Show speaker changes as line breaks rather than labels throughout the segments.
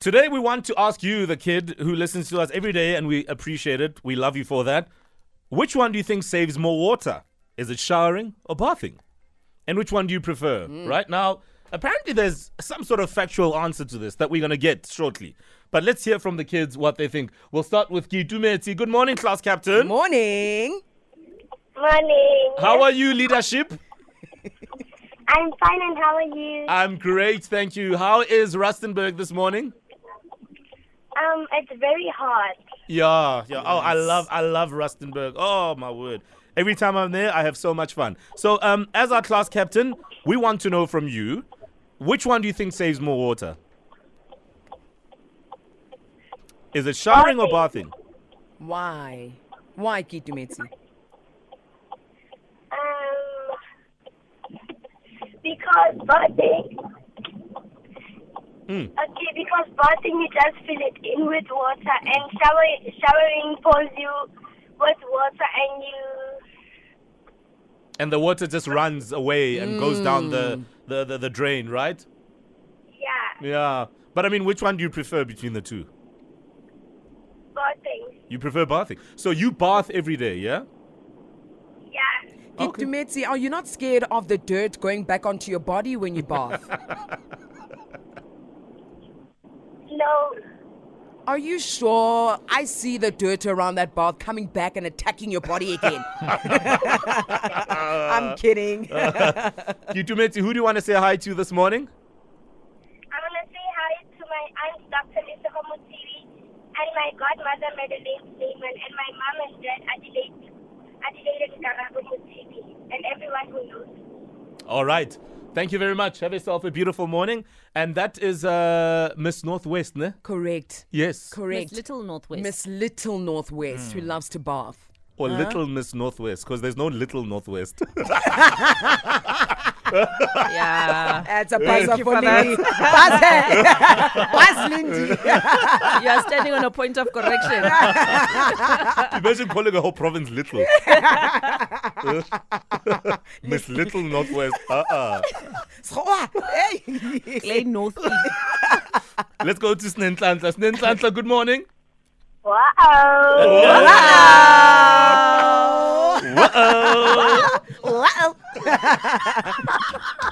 Today, we want to ask you, the kid who listens to us every day, and we appreciate it. We love you for that. Which one do you think saves more water? Is it showering or bathing? And which one do you prefer? Right now, apparently, there's some sort of factual answer to this that we're going to get shortly. But let's hear from the kids what they think. We'll start with Kitumeti. Good morning, class captain.
Morning.
Morning.
How are you, leadership?
I'm fine, and how are you?
I'm great, thank you. How is Rustenburg this morning?
Um, it's very hot.
Yeah, yeah. Oh, I love, I love Rustenburg. Oh my word! Every time I'm there, I have so much fun. So, um, as our class captain, we want to know from you, which one do you think saves more water? Is it showering or bathing?
Why? Why Kitumetsi?
Um, because bathing.
Mm.
Okay, because bathing you just fill it in with water, and shower showering pours you with water, and you
And the water just runs away and goes down the the, the the drain, right?
yeah
Yeah. But I mean, which one do you prefer between the two?
bathing.
You prefer bathing. So you bath every day, yeah?
Yeah,
Okay.
Kitumetsi, are you not scared of the dirt going back onto your body when you bath?
no,
are you sure? I see the dirt around that bath coming back and attacking your body again. I'm kidding.
Kitumeti, who do you want to say hi to this morning?
I want to say hi to my aunt Dr. Lisa Homotiri, and my godmother Madeleine Lehman, and my mom and dad Adelaide Adelaide and Karabu Mutiri, and everyone who knows.
All right. Thank you very much. Have yourself a beautiful morning. And that is uh, Miss Northwest, ne?
Correct.
Yes.
Correct.
Miss Little Northwest.
Miss Little Northwest who loves to bath.
Or Little Miss Northwest, because there's no Little Northwest.
Yeah.
That's a buzzer
you
for
for
me. Buzzer. Buzz, Lindy.
you are standing on a point of correction.
Imagine calling a whole province Little. Miss Little Northwest. Uh-uh.
Oh, Hey.
Clay North.
Let's go to Snentlantla. Snentlantla, good morning.
Wow!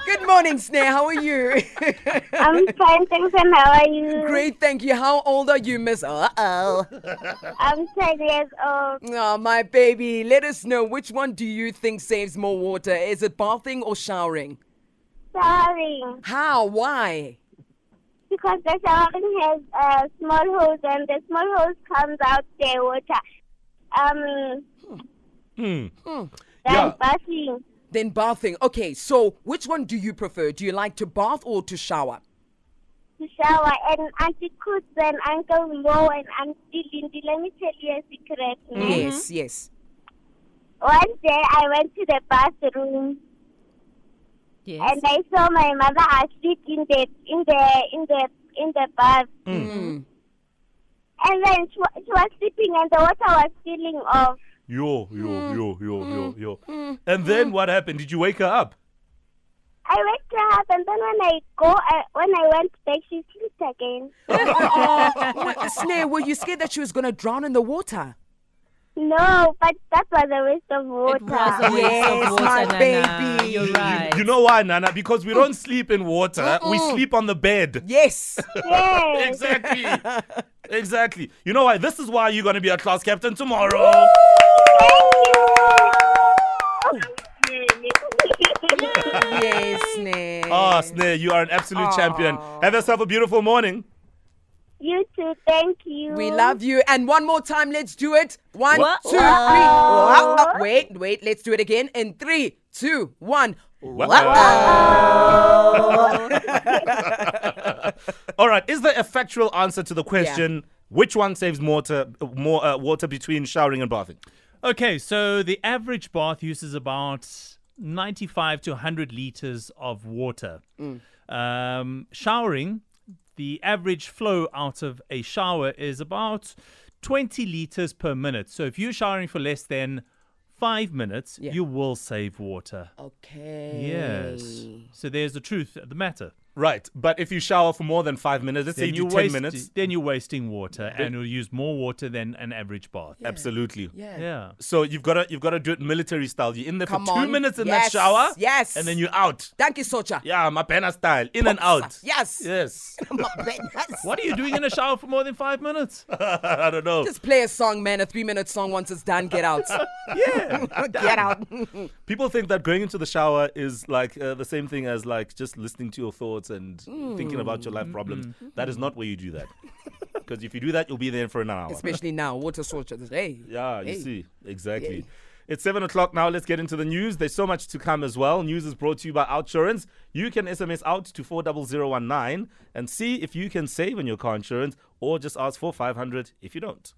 Good morning, Snare. How are you?
I'm fine, thanks, and how are you?
Great, thank you. How old are you, Miss? Uh oh.
I'm 10 years old.
Oh, my baby. Let us know which one do you think saves more water? Is it bathing or showering?
Sorry,
How? Why?
because the showering has uh, small hose, and the small hose comes out the water. Um,
Hmm.
that's
Yeah.
bathing.
Then bathing. Okay, so which one do you prefer? Do you like to bath or to shower?
to shower and Auntie Kutz and Uncle Mo and Auntie Lindy. Let me tell you a secret.
Mm.
ne?
Yes, yes.
One day I went to the bathroom
Yes.
and I saw my mother asleep in the in the in the in the bath.
Mm.
And then she, wa- she was sleeping and the water was spilling off.
Yo, yo, yo, yo, yo, yo. And then what happened? Did you wake her up?
I went to her and then when I go I, when I went back she slept again.
What- Snare, were you scared that she was going to drown in the water?
No, but that was a waste of water.
It was a waste
Yes,
of water,
my
Nana.
baby.
You're
You-
right.
You know why, Nana? Because we don't sleep in water, we sleep on the bed.
Yes.
yes.
Exactly. exactly. You know why? This is why you're going to be a class captain tomorrow.
yes, Snare.
Ah, Snare, you are an absolute champion. Have yourself a beautiful morning.
You too, thank you.
We love you. And one more time, let's do it. One,
Wha-
two, three.
Wha-
Wha- uh, Wait, wait, let's do it again. In three, two, one.
All right. Is there a factual answer to the question? Which one saves more, to, more uh, water between showering and bathing?
Okay, so the average bath uses about 95 to 100 liters of water.
Mm.
Um, showering, the average flow out of a shower is about 20 liters per minute. So if you're showering for less than five minutes,
Yeah.
you will save water.
Okay. Oh.
Yes. So there's the truth of the matter.
Right, but if you shower for more than five minutes, let's say
Then
you
you
do ten
waste,
minutes,
Then you're wasting water, and you'll use more water than an average bath.
absolutely.
Yeah.
Yeah.
So you've got to you've got to do it military style. You're in there
Come
for two
on.
minutes in that
Yes,
shower,
yes.
and then you're out.
Thank you, Socha.
Yeah, Mapena style, in and out.
Yes.
Yes.
What are you doing in a shower for more than five minutes?
I don't know.
Just play a song, man. A three minute song. Once it's done, get out.
Yeah.
get out.
People think that going into the shower is like uh, the same thing as like just listening to your thoughts and thinking about your life problems. That is not where you do that. Because if you do that, you'll be there for an hour.
Especially now, water Socha. Hey.
Yeah, you
Hey.
see. Exactly. It's 7 o'clock now. Let's get into the news. There's so much to come as well. News is brought to you by Outsurance. You can SMS out to 40019 and see if you can save on your car insurance or just ask for 500 if you don't.